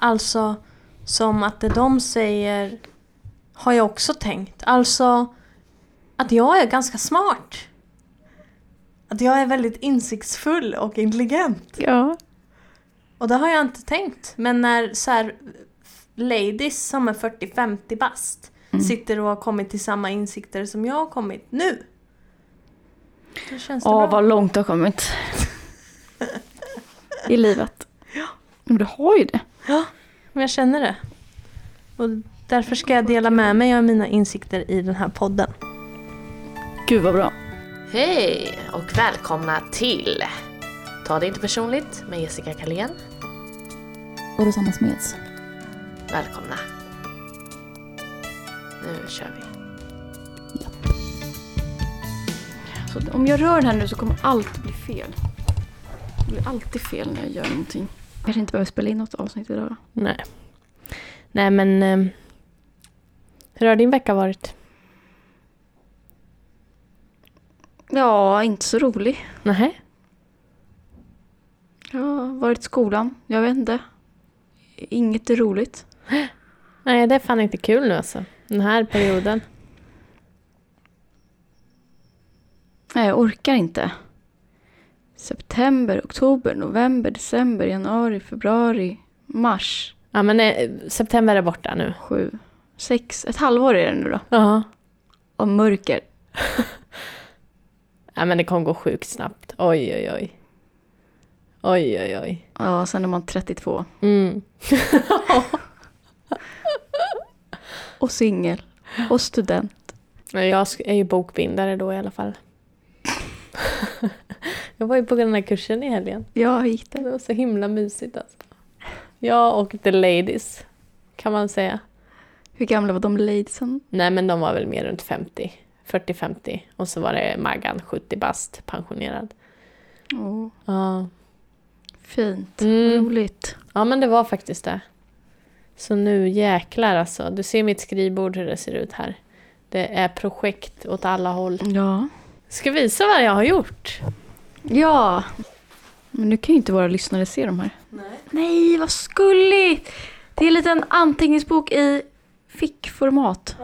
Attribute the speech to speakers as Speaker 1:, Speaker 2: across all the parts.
Speaker 1: Alltså som att det de säger har jag också tänkt. Alltså att jag är ganska smart. Att jag är väldigt insiktsfull och intelligent.
Speaker 2: Ja.
Speaker 1: Och det har jag inte tänkt. Men när så här, ladies som är 40-50 bast
Speaker 2: Mm.
Speaker 1: sitter och har kommit till samma insikter som jag har kommit nu. Då känns det
Speaker 2: Åh,
Speaker 1: bra.
Speaker 2: vad långt du har kommit. I livet. Men du har ju det.
Speaker 1: Ja, men jag känner det. Och därför ska jag dela med mig av mina insikter i den här podden.
Speaker 2: Gud vad bra.
Speaker 3: Hej och välkomna till Ta det inte personligt med Jessica Kalén.
Speaker 4: Och Rosanna Smeds.
Speaker 3: Välkomna. Nu kör vi.
Speaker 2: Så om jag rör den här nu så kommer allt bli fel. Det blir alltid fel när jag gör någonting. Jag kanske inte behöver spela in något avsnitt idag.
Speaker 1: Nej. Nej men... ehm, hur har din vecka varit?
Speaker 2: Ja, inte så rolig.
Speaker 1: Nej.
Speaker 2: Jag har varit i skolan. Jag vet inte. Inget är roligt.
Speaker 1: Nej, det är fan inte kul nu alltså. Den här perioden.
Speaker 2: Nej, jag orkar inte. September, oktober, november, december, januari, februari, mars.
Speaker 1: Ja men eh, september är borta nu.
Speaker 2: Sju, sex, ett halvår är det nu då.
Speaker 1: Ja.
Speaker 2: Av mörker.
Speaker 1: Ja men det kommer gå sjukt snabbt. Oj oj oj. Oj oj oj.
Speaker 2: Ja, sen är man 32.
Speaker 1: Mm.
Speaker 2: Och singel. Och student.
Speaker 1: Nej, Jag sk- är ju bokbindare då i alla fall. jag var ju på den här kursen i helgen.
Speaker 2: Ja, hur gick det?
Speaker 1: Det var så himla mysigt alltså. Jag och the ladies, kan man säga.
Speaker 2: Hur gamla var de ladesen?
Speaker 1: Nej men de var väl mer runt 50. 40-50. Och så var det Maggan, 70 bast, pensionerad.
Speaker 2: Åh,
Speaker 1: Ja.
Speaker 2: fint.
Speaker 1: Mm.
Speaker 2: Roligt.
Speaker 1: Ja men det var faktiskt det. Så nu jäklar alltså. Du ser mitt skrivbord hur det ser ut här. Det är projekt åt alla håll.
Speaker 2: Ja.
Speaker 1: Ska visa vad jag har gjort.
Speaker 2: Ja! Men nu kan ju inte våra lyssnare se de här. Nej. Nej, vad skulligt! Det är en liten anteckningsbok i fickformat.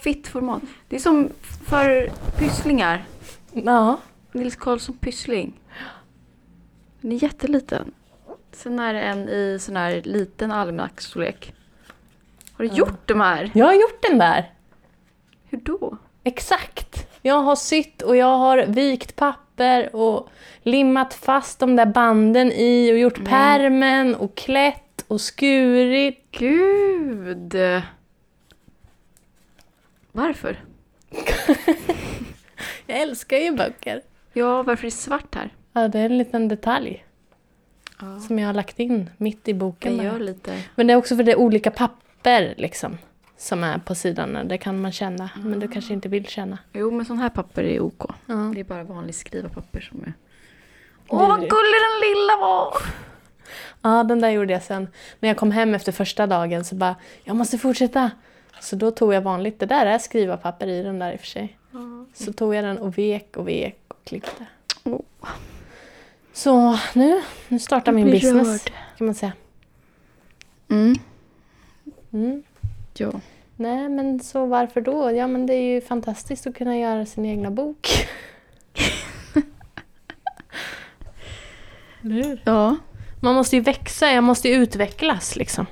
Speaker 2: Fittformat. Det är som för pysslingar.
Speaker 1: Ja.
Speaker 2: Nils Karlsson Pyssling. Den är jätteliten. Sen är det en i sån här liten almanacksstorlek. Har du gjort de här?
Speaker 1: Jag har gjort den där.
Speaker 2: Hur då?
Speaker 1: Exakt. Jag har sytt och jag har vikt papper och limmat fast de där banden i och gjort pärmen och klätt och skurit.
Speaker 2: Gud! Varför?
Speaker 1: Jag älskar ju böcker.
Speaker 2: Ja, varför är det svart här?
Speaker 1: Ja, det är en liten detalj
Speaker 2: Ja.
Speaker 1: som jag har lagt in mitt i boken.
Speaker 2: Jag
Speaker 1: där.
Speaker 2: gör lite...
Speaker 1: Men det är också för det är olika papper liksom, som är på sidorna. Det kan man känna, men
Speaker 2: Ah.
Speaker 1: du kanske inte vill känna.
Speaker 2: Jo, men sån här papper är OK.
Speaker 1: Ja.
Speaker 2: Det är bara vanligt skrivarpapper som är...
Speaker 1: Åh, vad
Speaker 2: gullig den lilla var!
Speaker 1: ja, den där gjorde jag sen. När jag kom hem efter första dagen så bara, jag måste fortsätta. Så då tog jag vanligt, det där är skrivarpapper i den där i och för sig. Så tog jag den och vek och vek och klippte.
Speaker 2: Åh.
Speaker 1: Så nu, nu startar
Speaker 2: Jag
Speaker 1: min
Speaker 2: blir
Speaker 1: business
Speaker 2: rörd.
Speaker 1: kan man säga.
Speaker 2: Mm,
Speaker 1: Mm.
Speaker 2: ja.
Speaker 1: Nej, men så varför då? Ja, men det är ju fantastiskt att kunna göra sin egna bok. Eller hur?
Speaker 2: Ja.
Speaker 1: Man måste ju växa, jag måste ju utvecklas liksom.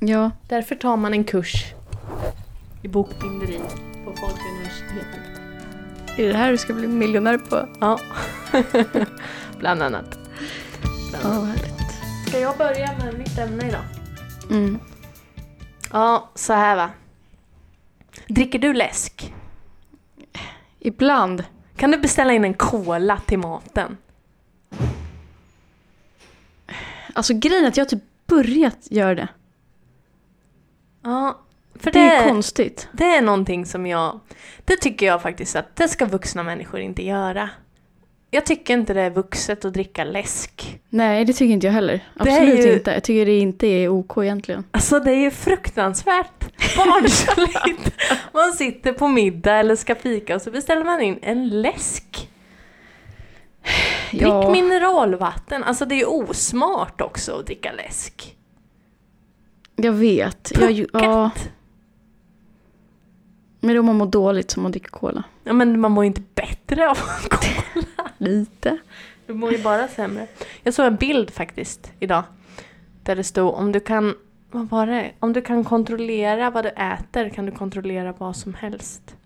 Speaker 2: Ja.
Speaker 1: Därför tar man en kurs i bokbinderi på Folkuniversitetet.
Speaker 2: Är det här du ska bli miljonär på?
Speaker 1: Ja, bland annat.
Speaker 2: Ja, vad härligt.
Speaker 1: Ska jag börja med mitt ämne idag?
Speaker 2: Mm.
Speaker 1: Ja, så här va. Dricker du läsk?
Speaker 2: Ibland.
Speaker 1: Kan du beställa in en cola till maten?
Speaker 2: Alltså grejen är att jag har typ börjat göra det.
Speaker 1: Ja, för
Speaker 2: Det är konstigt.
Speaker 1: Det är någonting som jag, det tycker jag faktiskt att det ska vuxna människor inte göra. Jag tycker inte det är vuxet att dricka läsk.
Speaker 2: Nej, det tycker inte jag heller.
Speaker 1: är
Speaker 2: Absolut
Speaker 1: ju-
Speaker 2: inte. Jag tycker det inte är OK egentligen.
Speaker 1: Alltså det är ju fruktansvärt barnsligt. Man sitter på middag eller ska fika och så beställer man in en läsk. Drick mineralvatten. Alltså det är ju osmart också att dricka läsk.
Speaker 2: jag vet. Jag, ju- ja,
Speaker 1: Puckat.
Speaker 2: men då man mår dåligt som man dricker cola.
Speaker 1: Ja men man mår ju inte bättre av alkohol.
Speaker 2: Lite.
Speaker 1: Du mår ju bara sämre. Jag såg en bild faktiskt idag. Där det stod om du kan, vad var det? Om du kan kontrollera vad du äter kan du kontrollera vad som helst.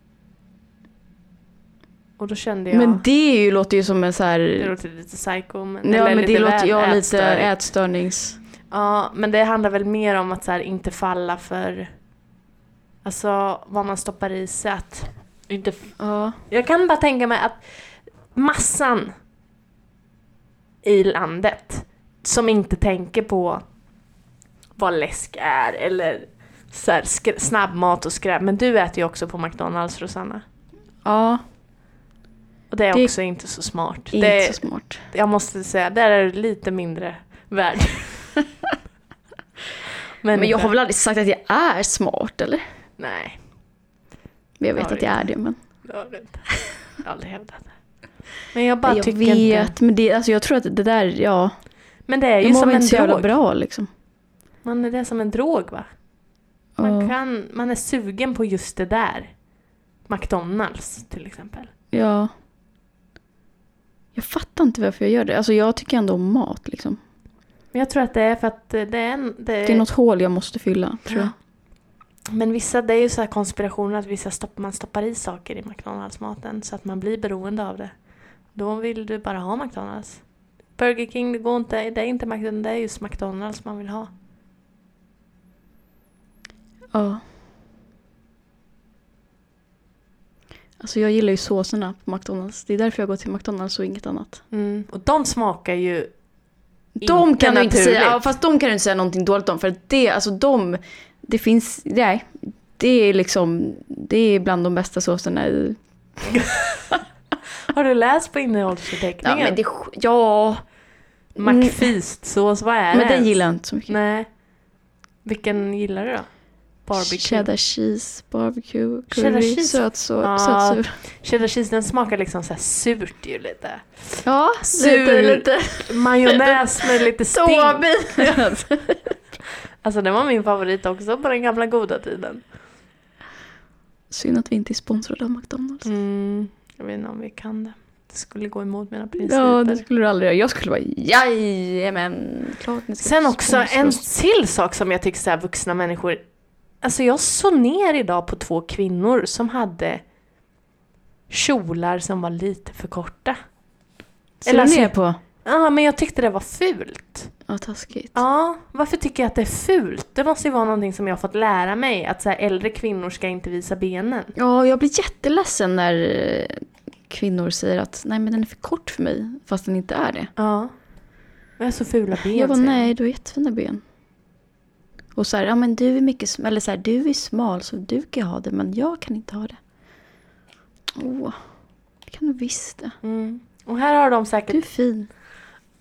Speaker 1: Och då kände jag,
Speaker 2: Men det är ju, låter ju som en så här...
Speaker 1: det låter lite psycho men,
Speaker 2: ja, men
Speaker 1: eller
Speaker 2: det
Speaker 1: lite
Speaker 2: låter
Speaker 1: väl
Speaker 2: jag lite
Speaker 1: ätstörigt.
Speaker 2: ätstörnings...
Speaker 1: Ja, men det handlar väl mer om att så här, inte falla för Alltså vad man stoppar i sig. Att inte f-
Speaker 2: Ja.
Speaker 1: jag kan bara tänka mig att massan i landet som inte tänker på vad läsk är eller så här, skr- snabbmat och skräp. Men du äter ju också på McDonalds Rosanna.
Speaker 2: Ja,
Speaker 1: Och det är
Speaker 2: Det är
Speaker 1: också inte så smart.
Speaker 2: inte
Speaker 1: Det,
Speaker 2: så smart.
Speaker 1: jag måste säga, där är du lite mindre värd. Men,
Speaker 2: Men jag har väl aldrig sagt att jag är smart eller?
Speaker 1: Nej.
Speaker 2: Men jag
Speaker 1: Har
Speaker 2: vet
Speaker 1: du
Speaker 2: att jag är det. Men
Speaker 1: Det har du inte. Jag har aldrig hävdat det. Men jag bara
Speaker 2: jag
Speaker 1: tycker
Speaker 2: vet,
Speaker 1: inte.
Speaker 2: men det, alltså, jag tror att det där, ja.
Speaker 1: Men det är
Speaker 2: Jag
Speaker 1: ju
Speaker 2: mår
Speaker 1: som
Speaker 2: väl
Speaker 1: en
Speaker 2: inte så jävla
Speaker 1: drog.
Speaker 2: bra liksom.
Speaker 1: Man är det är som en drog va? Man,
Speaker 2: Ja.
Speaker 1: kan, man är sugen på just det där. McDonalds till exempel.
Speaker 2: Ja. Jag fattar inte varför jag gör det. Alltså jag tycker ändå om mat liksom.
Speaker 1: Men jag tror att det är för att det är en... Det är,
Speaker 2: Det är något hål jag måste fylla tror jag.
Speaker 1: Men vissa, det är ju så här konspirationer att vissa stopp, man stoppar i saker i McDonalds-maten så att man blir beroende av det. Då vill du bara ha McDonalds. Burger King, det går inte. Det är inte McDonalds, det är just McDonalds man vill ha.
Speaker 2: Ja. Alltså jag gillar ju såserna på McDonalds. Det är därför jag går till McDonalds och inget annat.
Speaker 1: Mm. Och de smakar ju
Speaker 2: De
Speaker 1: Inte
Speaker 2: kan du inte säga,
Speaker 1: naturligt.
Speaker 2: ja, fast de kan du inte säga någonting dåligt om. För att det, alltså de, det finns, nej. Det är liksom, det är bland de bästa såserna i...
Speaker 1: Har du läst på
Speaker 2: Ja,
Speaker 1: innehållsförteckningen?
Speaker 2: men det, är sk- ja.
Speaker 1: McFeastsås, vad är
Speaker 2: Men
Speaker 1: det
Speaker 2: den
Speaker 1: ens?
Speaker 2: gillar jag inte så mycket.
Speaker 1: Nej. Vilken gillar du då? Barbecue.
Speaker 2: Cheddar cheese, barbecue,
Speaker 1: Cheddar
Speaker 2: curry,
Speaker 1: cheese.
Speaker 2: sötsås,
Speaker 1: Ja.
Speaker 2: sötsur.
Speaker 1: Cheddar cheese, den smakar liksom så här surt ju lite.
Speaker 2: Ja,
Speaker 1: Sur.
Speaker 2: lite, lite
Speaker 1: Majonnäs med lite sting.
Speaker 2: såbig.
Speaker 1: Alltså det var min favorit också på den gamla goda tiden.
Speaker 2: Synd att vi inte är sponsrade av McDonalds.
Speaker 1: Mm, jag vet inte om vi kan det. Det skulle gå emot mina
Speaker 2: Ja,
Speaker 1: principer.
Speaker 2: det skulle du aldrig göra. Jag skulle bara jajamän, klart ni ska
Speaker 1: Sen också
Speaker 2: sponsra
Speaker 1: en
Speaker 2: oss."
Speaker 1: till sak som jag tycker så här vuxna människor. Alltså jag såg ner idag på två kvinnor som hade kjolar som var lite för korta.
Speaker 2: Ser
Speaker 1: eller
Speaker 2: du
Speaker 1: alltså-
Speaker 2: ner på?
Speaker 1: Ja, men jag tyckte det var fult.
Speaker 2: Ja, taskigt.
Speaker 1: Ja, varför tycker jag att det är fult? Det måste ju vara någonting som jag har fått lära mig, att så här, äldre kvinnor ska inte visa benen.
Speaker 2: Ja, jag blir jätteledsen när eh, kvinnor säger att nej men den är för kort för mig, fast den inte är det.
Speaker 1: Ja. Jag har så fula ben.
Speaker 2: Jag bara
Speaker 1: säger
Speaker 2: nej, du har jättefina ben. Och så här, ja men du är mycket, sm- eller så här, du är smal så du kan ha det men jag kan inte ha det. Åh, det kan du visst det.
Speaker 1: Mm. Och här har de
Speaker 2: Du är
Speaker 1: säkert
Speaker 2: fin.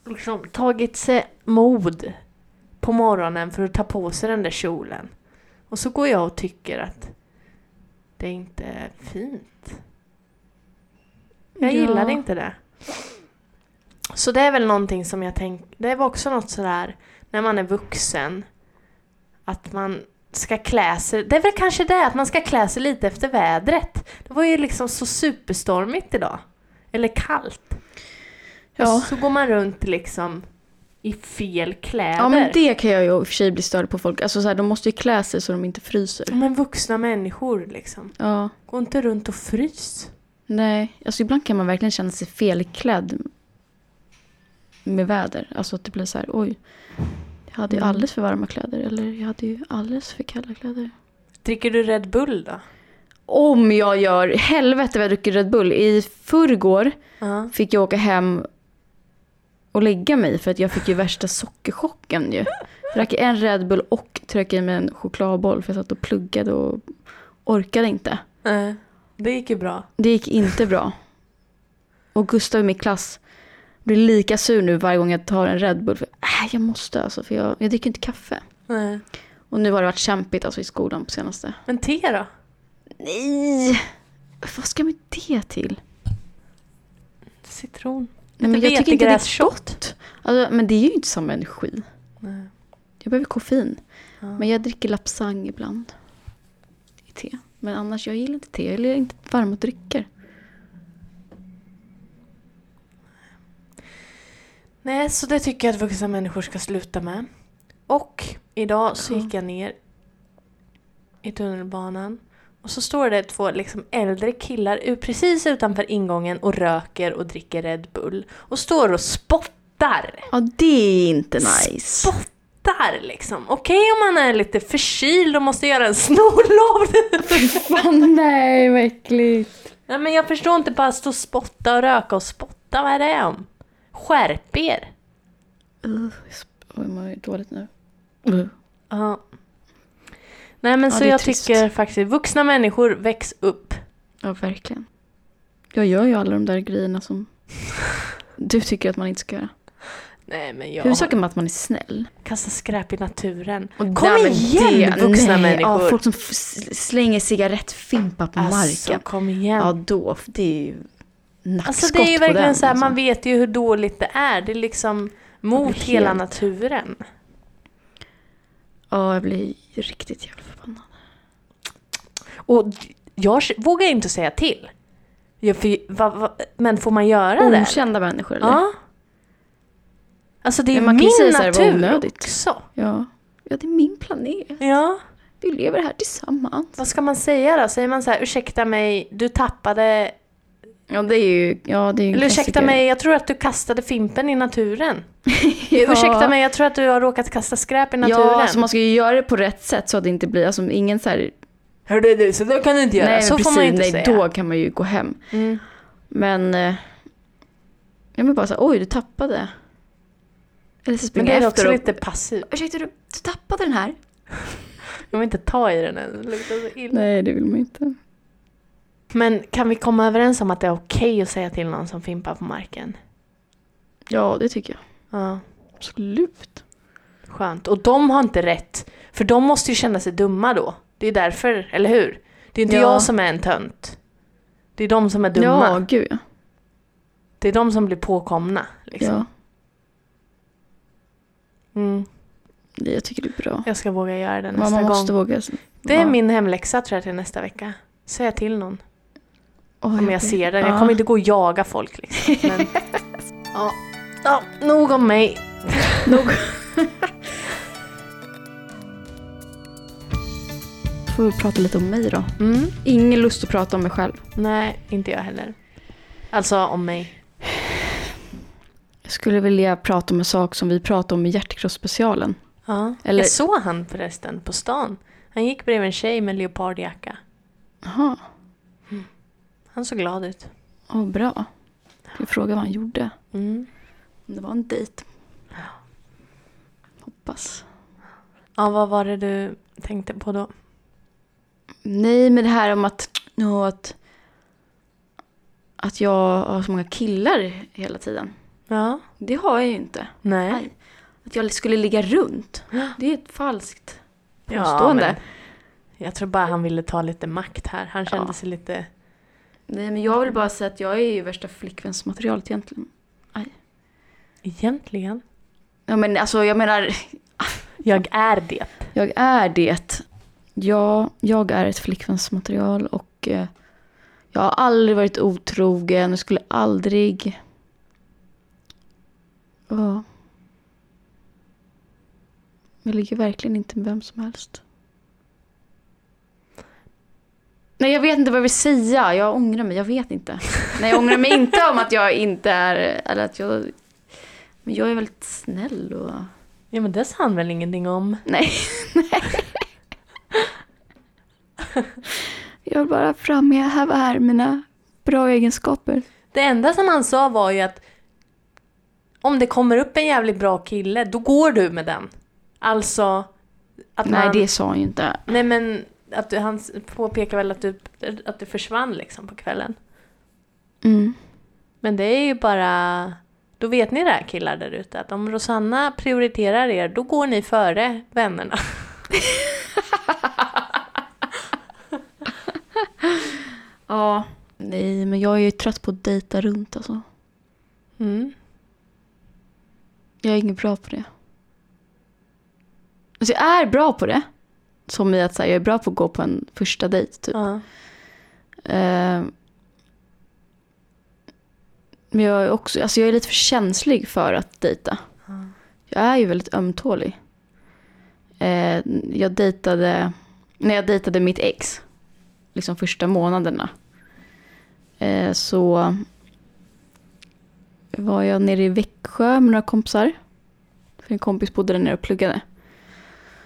Speaker 1: liksom, tagit sig mod på morgonen för att ta på sig den där kjolen. Och så går jag och tycker att det är inte är fint. Jag
Speaker 2: Ja.
Speaker 1: gillade inte det. Så det är väl någonting som jag tänker, det var också något sådär när man är vuxen. Att man ska klä sig, det är väl kanske det att man ska klä sig lite efter vädret. Det var ju liksom så superstormigt idag. Eller kallt.
Speaker 2: Ja.
Speaker 1: Så går man runt liksom i fel kläder.
Speaker 2: ja men det kan jag ju i och för sig bli störd på folk. Alltså så här, de måste ju klä sig så de inte fryser.
Speaker 1: Men vuxna människor liksom.
Speaker 2: Ja,
Speaker 1: Gå inte runt och frys.
Speaker 2: nej. Alltså ibland kan man verkligen känna sig felklädd med väder. Alltså att det blir så här, oj. Jag hade ju alldeles för varma kläder eller jag hade ju alldeles för kalla kläder.
Speaker 1: Dricker du Red Bull då?
Speaker 2: Om jag gör, helvete vad jag dricker Red Bull. I förrgår
Speaker 1: Ja.
Speaker 2: fick jag åka hem och lägga mig för att jag fick ju värsta sockerchocken ju. Jag drack en Red Bull och tryckte i mig en chokladboll för jag satt och pluggade och orkade inte.
Speaker 1: Nej. Det gick ju bra.
Speaker 2: Det gick inte bra. Och Gustav i min klass blir lika sur nu varje gång jag tar en Red Bull. För, äh, jag måste alltså, för jag, jag dricker inte kaffe.
Speaker 1: Nej.
Speaker 2: Och nu har det varit kämpigt alltså, i skolan på senaste.
Speaker 1: Men te då?
Speaker 2: Nej! Vad ska jag med det till?
Speaker 1: Citron.
Speaker 2: Nej, men
Speaker 1: Lite
Speaker 2: jag tycker inte det är
Speaker 1: vetegrässhot.
Speaker 2: gott. Alltså, men det är ju inte samma energi.
Speaker 1: Nej.
Speaker 2: Jag behöver koffein.
Speaker 1: Ja.
Speaker 2: Men jag dricker lapsang ibland. I te. Men annars, jag gillar inte te. Jag gillar inte varma drycker.
Speaker 1: Nej, så det tycker jag att vuxna människor ska sluta med. Och idag så
Speaker 2: Ja.
Speaker 1: gick jag ner i tunnelbanan och så står det två liksom äldre killar u- precis utanför ingången och röker och dricker Red Bull och står och spottar.
Speaker 2: Ja, det är inte nice.
Speaker 1: Spottar liksom. Okej om man är lite förkyld och måste göra en snorlov.
Speaker 2: Fan, nej, vad äckligt.
Speaker 1: Nej men jag förstår inte bara stå och spotta och röka och spotta, vad är det om? Skärp er!
Speaker 2: Uh, jag mår ju dåligt nu. Uh.
Speaker 1: Ja. Nej men
Speaker 2: Ja,
Speaker 1: så
Speaker 2: det är
Speaker 1: jag
Speaker 2: trist.
Speaker 1: tycker faktiskt, vuxna människor väx upp.
Speaker 2: Ja, verkligen. Jag gör ju alla de där grejerna som du tycker att man inte ska göra.
Speaker 1: Nej men jag
Speaker 2: Huvudsaken med att man är snäll.
Speaker 1: kastar skräp i naturen.
Speaker 2: Och
Speaker 1: Kom
Speaker 2: där med
Speaker 1: igen vuxna
Speaker 2: nej,
Speaker 1: människor!
Speaker 2: Ja, folk som f- s- slänger cigarettfimpar på
Speaker 1: alltså
Speaker 2: marken.
Speaker 1: kom igen.
Speaker 2: Ja, då. f- Det är ju nackskott
Speaker 1: alltså det är ju
Speaker 2: på
Speaker 1: verkligen
Speaker 2: den,
Speaker 1: så här,
Speaker 2: alltså.
Speaker 1: man vet ju hur dåligt det är. Det är liksom mot
Speaker 2: helt-
Speaker 1: hela naturen.
Speaker 2: Ja, jag blir riktigt jävla förbannad.
Speaker 1: Och jag vågar ju inte säga till. Ja, för, va, va, men får man göra det?
Speaker 2: Okända människor, eller?
Speaker 1: Ja. Alltså det är
Speaker 2: Men
Speaker 1: ju
Speaker 2: man kan ju
Speaker 1: min
Speaker 2: säga så här, vad
Speaker 1: natur
Speaker 2: onödigt.
Speaker 1: också.
Speaker 2: ja. Ja, det är min planet.
Speaker 1: Ja.
Speaker 2: Vi lever här tillsammans.
Speaker 1: Vad ska man säga då? Säger man så här, ursäkta mig, du tappade...
Speaker 2: Ja, det är ju... Ja, det är ju en
Speaker 1: Eller ursäkta
Speaker 2: klassiker.
Speaker 1: mig, jag tror att du kastade fimpen i naturen.
Speaker 2: ja.
Speaker 1: Ursäkta mig, jag tror att du har råkat kasta skräp i naturen.
Speaker 2: Ja, alltså man ska ju göra det på rätt sätt så att det inte blir... Alltså ingen så här...
Speaker 1: Hörde du, så då kan du inte göra.
Speaker 2: nej,
Speaker 1: så
Speaker 2: precis,
Speaker 1: får man ju inte
Speaker 2: nej,
Speaker 1: säga.
Speaker 2: då kan man ju gå hem.
Speaker 1: Mm.
Speaker 2: Men... eh, Ja men bara så här, oj du tappade. Eller så
Speaker 1: Men
Speaker 2: springer
Speaker 1: det
Speaker 2: jag
Speaker 1: är också
Speaker 2: efter och...
Speaker 1: lite passivt.
Speaker 2: Ursäkta du, du tappade den här?
Speaker 1: Jag vill inte ta i den än, det luktar så illa.
Speaker 2: Nej det vill man inte.
Speaker 1: Men kan vi komma överens om att det är okej att säga till någon som fimpar på marken?
Speaker 2: Ja det tycker jag.
Speaker 1: Ja,
Speaker 2: Absolut.
Speaker 1: skönt. Och de har inte rätt, för de måste ju känna sig dumma då. Det är därför, eller hur? Det är inte
Speaker 2: Ja.
Speaker 1: jag som är en tönt. Det är de som är dumma.
Speaker 2: Ja gud ja.
Speaker 1: Det är de som blir påkomna. Liksom.
Speaker 2: ja.
Speaker 1: Mm,
Speaker 2: Nej, jag tycker det är bra.
Speaker 1: jag ska våga göra det nästa
Speaker 2: Man måste
Speaker 1: gång.
Speaker 2: våga.
Speaker 1: Det är
Speaker 2: Ja.
Speaker 1: min hemläxa tror jag till nästa vecka. Säga till någon
Speaker 2: Oj,
Speaker 1: om
Speaker 2: oj.
Speaker 1: jag ser den. Jag
Speaker 2: Ja.
Speaker 1: kommer inte gå och jaga folk. Liksom. Men, ja. Ja, nog om mig.
Speaker 2: Får vi prata lite om mig då.
Speaker 1: Mm.
Speaker 2: Ingen lust att prata om mig själv.
Speaker 1: Nej, inte jag heller. Alltså om mig.
Speaker 2: Jag skulle vilja prata om en sak som vi pratade om i hjärtekroppsspecialen.
Speaker 1: Ja.
Speaker 2: Eller-
Speaker 1: Jag såg han förresten på stan. Han gick bredvid en tjej med leopardjacka.
Speaker 2: Jaha,
Speaker 1: Mm. Han såg glad ut.
Speaker 2: oh, bra. Jag frågade vad han gjorde.
Speaker 1: Mm.
Speaker 2: Om det var en dejt. Hoppas.
Speaker 1: Ja, vad var det du tänkte på då?
Speaker 2: Nej, men det här om att, nå, att, att jag har så många killar hela tiden.
Speaker 1: Ja.
Speaker 2: Det har jag ju inte.
Speaker 1: Nej.
Speaker 2: Nej. Att jag skulle ligga runt. Det är ett falskt
Speaker 1: Ja,
Speaker 2: påstående.
Speaker 1: men- Jag tror bara han ville ta lite makt här. Han kände
Speaker 2: Ja.
Speaker 1: sig lite...
Speaker 2: Nej, men jag vill bara säga att jag är ju värsta flickvänsmaterialet egentligen.
Speaker 1: Egentligen.
Speaker 2: Ja, men alltså jag menar,
Speaker 1: Jag är det.
Speaker 2: jag är det. Ja, jag är ett flickvänsmaterial och eh, jag har aldrig varit otrogen och skulle aldrig... Ja. Jag ligger verkligen inte med vem som helst. Nej, jag vet inte vad jag vill säga. Jag ångrar mig. Jag vet inte. Nej, jag ångrar mig inte om att jag inte är... Eller att jag... Men jag är väldigt snäll och...
Speaker 1: Ja men det sa han väl ingenting om?
Speaker 2: Nej. jag vill bara framhäva här mina bra egenskaper.
Speaker 1: Det enda som han sa var ju att om det kommer upp en jävligt bra kille, då går du med den. Alltså att
Speaker 2: Nej,
Speaker 1: man...
Speaker 2: det sa han ju inte.
Speaker 1: Nej men att du, han påpekar väl att du, att du försvann liksom på kvällen.
Speaker 2: Mm.
Speaker 1: Men det är ju bara... Då vet ni det här killar där ute att om Rosanna prioriterar er, då går ni före vännerna.
Speaker 2: Ja. Nej, men jag är ju trött på att dejta runt alltså.
Speaker 1: Mm.
Speaker 2: Jag är inget bra på det. Alltså jag är bra på det. Som i att så här, jag är bra på att gå på en första dejt typ.
Speaker 1: Ja.
Speaker 2: Eh, men jag är också, alltså jag är lite för känslig för att dejta. Jag är ju väldigt ömtålig. Eh, jag dejtade, när jag dejtade mitt ex, liksom första månaderna, eh, så var jag nere i Växjö med några kompisar. För en kompis bodde där nere och pluggade.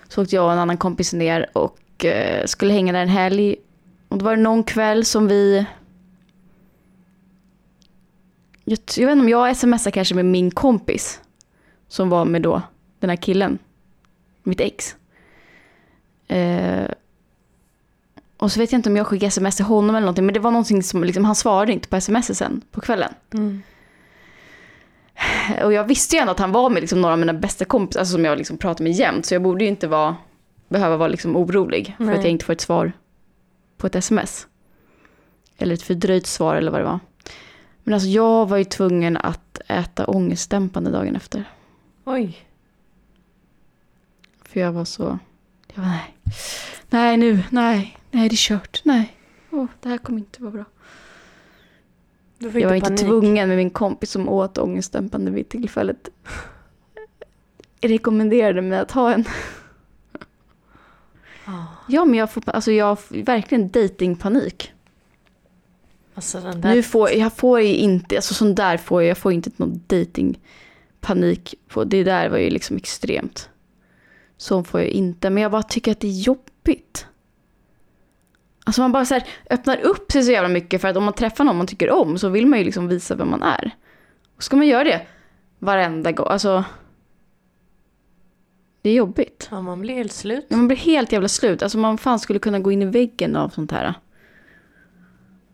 Speaker 2: Så åkte jag och en annan kompis ner och eh, skulle hänga där en helg och då var det någon kväll som vi... Jag, t- jag vet inte om jag smsade kanske med min kompis. Som var med då den här killen. Mitt ex. Eh, och så vet jag inte om jag skickade sms till honom eller någonting. Men det var någonting som liksom, han svarade inte på sms sen på kvällen.
Speaker 1: Mm.
Speaker 2: Och jag visste ju ändå att han var med liksom några av mina bästa kompisar. Alltså som jag liksom pratar med jämt. Så jag borde ju inte vara, behöva vara liksom orolig. För
Speaker 1: Nej.
Speaker 2: att jag inte får ett svar på ett sms. Eller ett fördröjt svar eller vad det var. Men alltså jag var ju tvungen att äta ångestdämpande dagen efter.
Speaker 1: Oj.
Speaker 2: För jag var så... Jag var nej. Nej nu, nej. Nej det är kört, nej. Åh, det här kommer inte vara bra.
Speaker 1: Du fick
Speaker 2: Jag var
Speaker 1: du
Speaker 2: inte
Speaker 1: panik.
Speaker 2: tvungen med min kompis som åt ångestdämpande vid tillfället. Rekommenderade mig att ha en.
Speaker 3: Ah.
Speaker 1: Ja.
Speaker 2: Ja men jag får, alltså jag har verkligen datingpanik.
Speaker 1: Alltså den där...
Speaker 2: Nu får jag får ju inte, alltså sån där får jag, jag får inte någon datingpanik på. Det där var ju liksom extremt. Så får jag inte, men jag bara tycker att det är jobbigt. Alltså man bara så här, öppnar upp sig så jävla mycket för att om man träffar någon man tycker om så vill man ju liksom visa vem man är. Och ska man göra det varenda gång, alltså. Det är jobbigt.
Speaker 1: Ja, man blir helt slut.
Speaker 2: Ja, Man blir helt jävla slut, alltså man fan skulle kunna gå in i väggen av sånt här.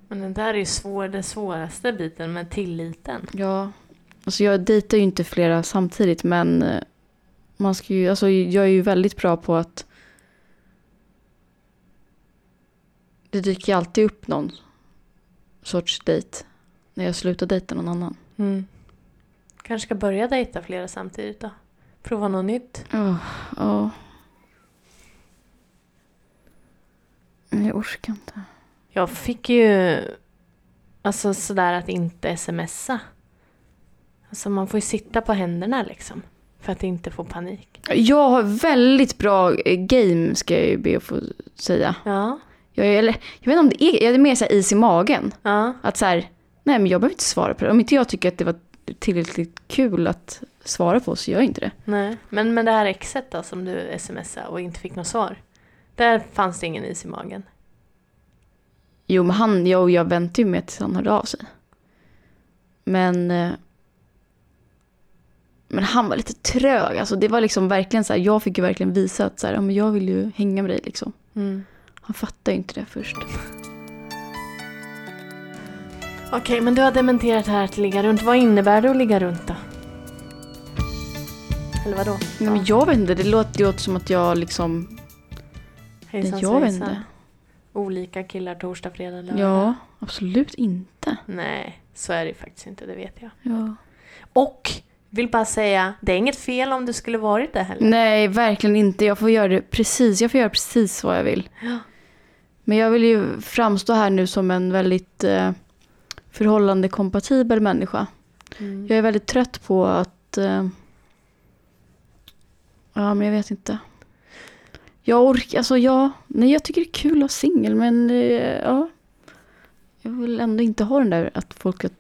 Speaker 1: Men den där är ju svår, den svåraste biten med tilliten.
Speaker 2: Ja, alltså jag dejtar ju inte flera samtidigt men eh, man ska ju, alltså jag är ju väldigt bra på att det dyker ju alltid upp någon sorts dejt när jag slutar dejta någon annan.
Speaker 1: Mm. Kanske ska börja dejta flera samtidigt då. Prova något nytt.
Speaker 2: Ja. Jag orkar inte.
Speaker 1: Jag fick ju... Alltså sådär att inte smsa. Alltså man får ju sitta på händerna liksom. För att inte få panik.
Speaker 2: Jag har väldigt bra eh, game ska jag ju be att få säga.
Speaker 1: Ja.
Speaker 2: Jag, är, eller, jag vet inte om det är, jag är mer så här is i magen.
Speaker 1: Ja.
Speaker 2: Att så här, nej men jag behöver inte svara på det. Om inte jag tycker att det var tillräckligt kul att svara på så gör jag inte det.
Speaker 1: Nej. Men med det här exet då som du smsade och inte fick något svar. Där fanns det ingen is i magen.
Speaker 2: Jo men han, jag och jag väntade ju med tills han hörde av sig. Men... eh, Men han var lite trög. Alltså det var liksom verkligen så här, jag fick ju verkligen visa att så här, ja, men jag vill ju hänga med dig liksom. Han fattade ju inte det först.
Speaker 1: Okej, men du har dementerat det här att ligga runt. Vad innebär det att ligga runt då? Eller vadå?
Speaker 2: Nej, men jag vet inte, det låter, det låter som att jag liksom...
Speaker 1: Hejsan,
Speaker 2: jag vet
Speaker 1: svejsan.
Speaker 2: inte.
Speaker 1: Olika killar torsdag, fredag, lördag.
Speaker 2: Ja, absolut inte.
Speaker 1: Nej, så är det ju faktiskt inte, det vet jag.
Speaker 2: Ja.
Speaker 1: Och vill bara säga, det är inget fel om du skulle varit det heller.
Speaker 2: Nej, verkligen inte. Jag får göra det precis, jag får göra precis vad jag vill.
Speaker 1: Ja.
Speaker 2: Men jag vill ju framstå här nu som en väldigt eh, förhållande kompatibel människa.
Speaker 1: Mm.
Speaker 2: Jag är väldigt trött på att... Eh, ja, men jag vet inte. Jag orkar, alltså ja, nej jag tycker det är kul att vara singel men eh, ja. Jag vill ändå inte ha den där att folk... Att,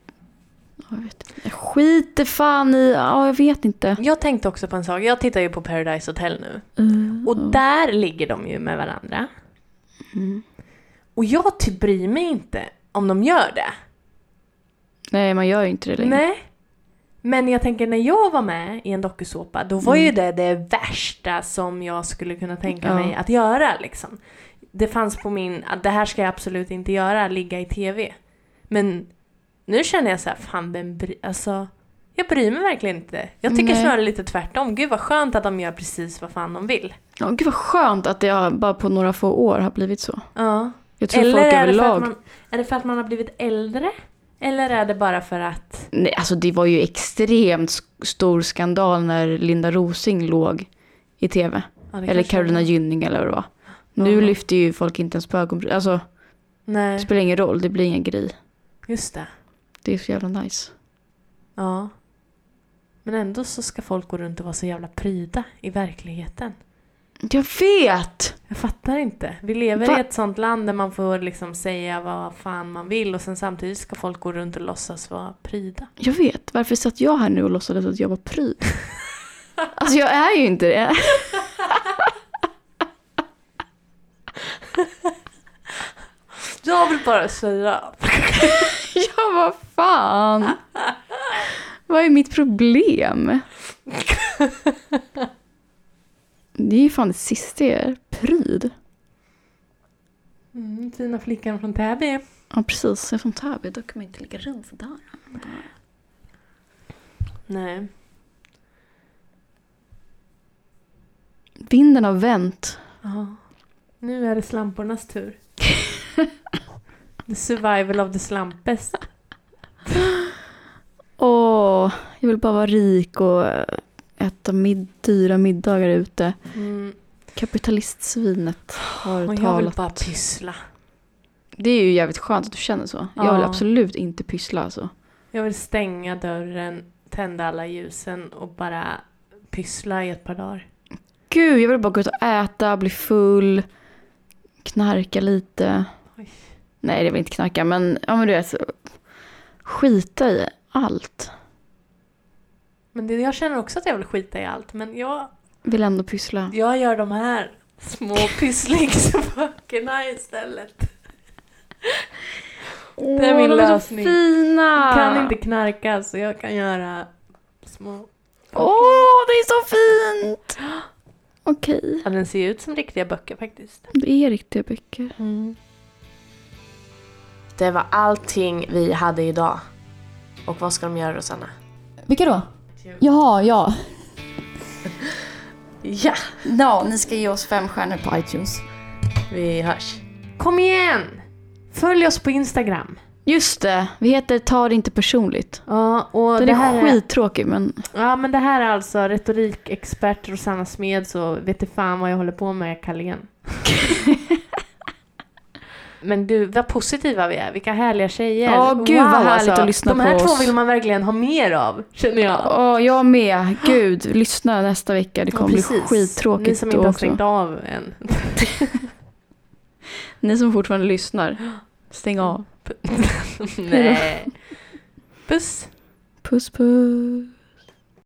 Speaker 2: ja, jag vet inte. Jag skiter fan i, ja jag vet inte.
Speaker 1: Jag tänkte också på en sak, jag tittar ju på Paradise Hotel nu.
Speaker 2: Mm,
Speaker 1: Och
Speaker 2: ja.
Speaker 1: där ligger de ju med varandra.
Speaker 2: Mm.
Speaker 1: Och jag typ bryr mig inte om de gör det.
Speaker 2: Nej man gör ju inte det längre.
Speaker 1: Nej. Men jag tänker när jag var med i en dokusåpa, då var
Speaker 2: Mm.
Speaker 1: ju det det värsta som jag skulle kunna tänka
Speaker 2: Ja.
Speaker 1: mig att göra liksom. Det fanns på min, att det här ska jag absolut inte göra, ligga i tv. Men nu känner jag så här, fan vem bry, alltså, jag bryr mig verkligen inte. Jag tycker
Speaker 2: Nej.
Speaker 1: snarare lite tvärtom, gud vad skönt att de gör precis vad fan de vill.
Speaker 2: Ja, gud vad skönt att det har- bara på några få år har blivit så.
Speaker 1: Ja.
Speaker 2: Jag tror Typ folk
Speaker 1: är det, för
Speaker 2: överlag...
Speaker 1: att man, är det för att man har blivit äldre? Eller är det bara för att...
Speaker 2: Nej, alltså det var ju extremt sk- stor skandal när Linda Rosing låg i tv.
Speaker 1: Ja, det
Speaker 2: eller
Speaker 1: kanske-
Speaker 2: Carolina Gynning eller vad det var. Nu
Speaker 1: Ja.
Speaker 2: lyfter ju folk inte ens på ögonbrynen. Alltså, det
Speaker 1: Nej,
Speaker 2: spelar ingen roll, det blir ingen grej.
Speaker 1: just det.
Speaker 2: Det är så jävla nice.
Speaker 1: Ja. Men ändå så ska folk gå runt och vara så jävla pryda i verkligheten.
Speaker 2: Jag vet!
Speaker 1: Jag fattar inte. Vi lever
Speaker 2: Va?
Speaker 1: i ett sånt land där man får liksom säga vad fan man vill och sen samtidigt ska folk gå runt och låtsas vara pryda.
Speaker 2: Jag vet, varför satt jag här nu och låtsades att jag var pryd? Alltså jag är ju inte det.
Speaker 1: Jag vill bara säga.
Speaker 2: Ja, vad fan. Vad är mitt problem? Det är ju fan det sista jag är. Pryd.
Speaker 1: Mm, fina flickan från Täby.
Speaker 2: Ja, precis. Jag är från Täby, då kan man inte ligga runt sådär.
Speaker 1: Nej.
Speaker 2: Vinden har vänt.
Speaker 1: Ja. Nu är det slampornas tur. the survival of the slampest.
Speaker 2: Åh, jag vill bara vara rik och äta mid- dyra middagar ute.
Speaker 1: Mm.
Speaker 2: Kapitalistsvinet har
Speaker 1: Och jag
Speaker 2: talat.
Speaker 1: vill bara pyssla.
Speaker 2: Det är ju jävligt skönt att du känner så. Jag vill
Speaker 1: Ja.
Speaker 2: absolut inte pyssla alltså.
Speaker 1: Jag vill stänga dörren, tända alla ljusen och bara pyssla i ett par dagar.
Speaker 2: Gud, jag vill bara gå ut och äta, bli full, knarka lite.
Speaker 1: Oj.
Speaker 2: Nej, det vill inte knarka, men, ja, men du vet. så- Skita i allt.
Speaker 1: Men det, jag känner också att jag vill skita i allt, men jag,
Speaker 2: Vill ändå pyssla.
Speaker 1: jag gör de här små pysslingsböckerna istället.
Speaker 2: Åh,
Speaker 1: är min
Speaker 2: de är
Speaker 1: lösning.
Speaker 2: så fina!
Speaker 1: Jag kan inte knarka så jag kan göra små...
Speaker 2: Åh, det är så fint! Okej,
Speaker 1: Ja, den ser ju ut som riktiga böcker faktiskt.
Speaker 2: det är riktiga böcker.
Speaker 1: Mm.
Speaker 3: Det var allting vi hade idag. Och vad ska de göra Rosanna?
Speaker 5: Vilka då? Jaha, ja.
Speaker 3: Ja!
Speaker 5: Ja, ni ska ge oss fem stjärnor på iTunes.
Speaker 3: Vi hörs.
Speaker 1: Kom igen! Följ oss på Instagram.
Speaker 2: Just det, vi heter Ta det inte personligt.
Speaker 1: Ja, och
Speaker 2: Den
Speaker 1: det
Speaker 2: är
Speaker 1: här är
Speaker 2: skittråkig, men
Speaker 1: Ja, men det här är alltså retorikexpert Rosanna Smed, så vet du fan vad jag håller på med, Carlén. men du, vad positiva vi är. Vilka härliga tjejer. alltså,
Speaker 2: Ja, gud, vad härligt att lyssna
Speaker 1: De här
Speaker 2: på
Speaker 1: två
Speaker 2: oss.
Speaker 1: vill man verkligen ha mer av, känner jag.
Speaker 2: Åh, jag med. Gud, lyssna nästa vecka. Det kommer bli
Speaker 1: Ni
Speaker 2: skittråkigt
Speaker 1: som
Speaker 2: då
Speaker 1: inte har
Speaker 2: också.
Speaker 1: stängt av än.
Speaker 2: Ni som fortfarande lyssnar, stäng av.
Speaker 1: Nej. Puss.
Speaker 2: Puss puss.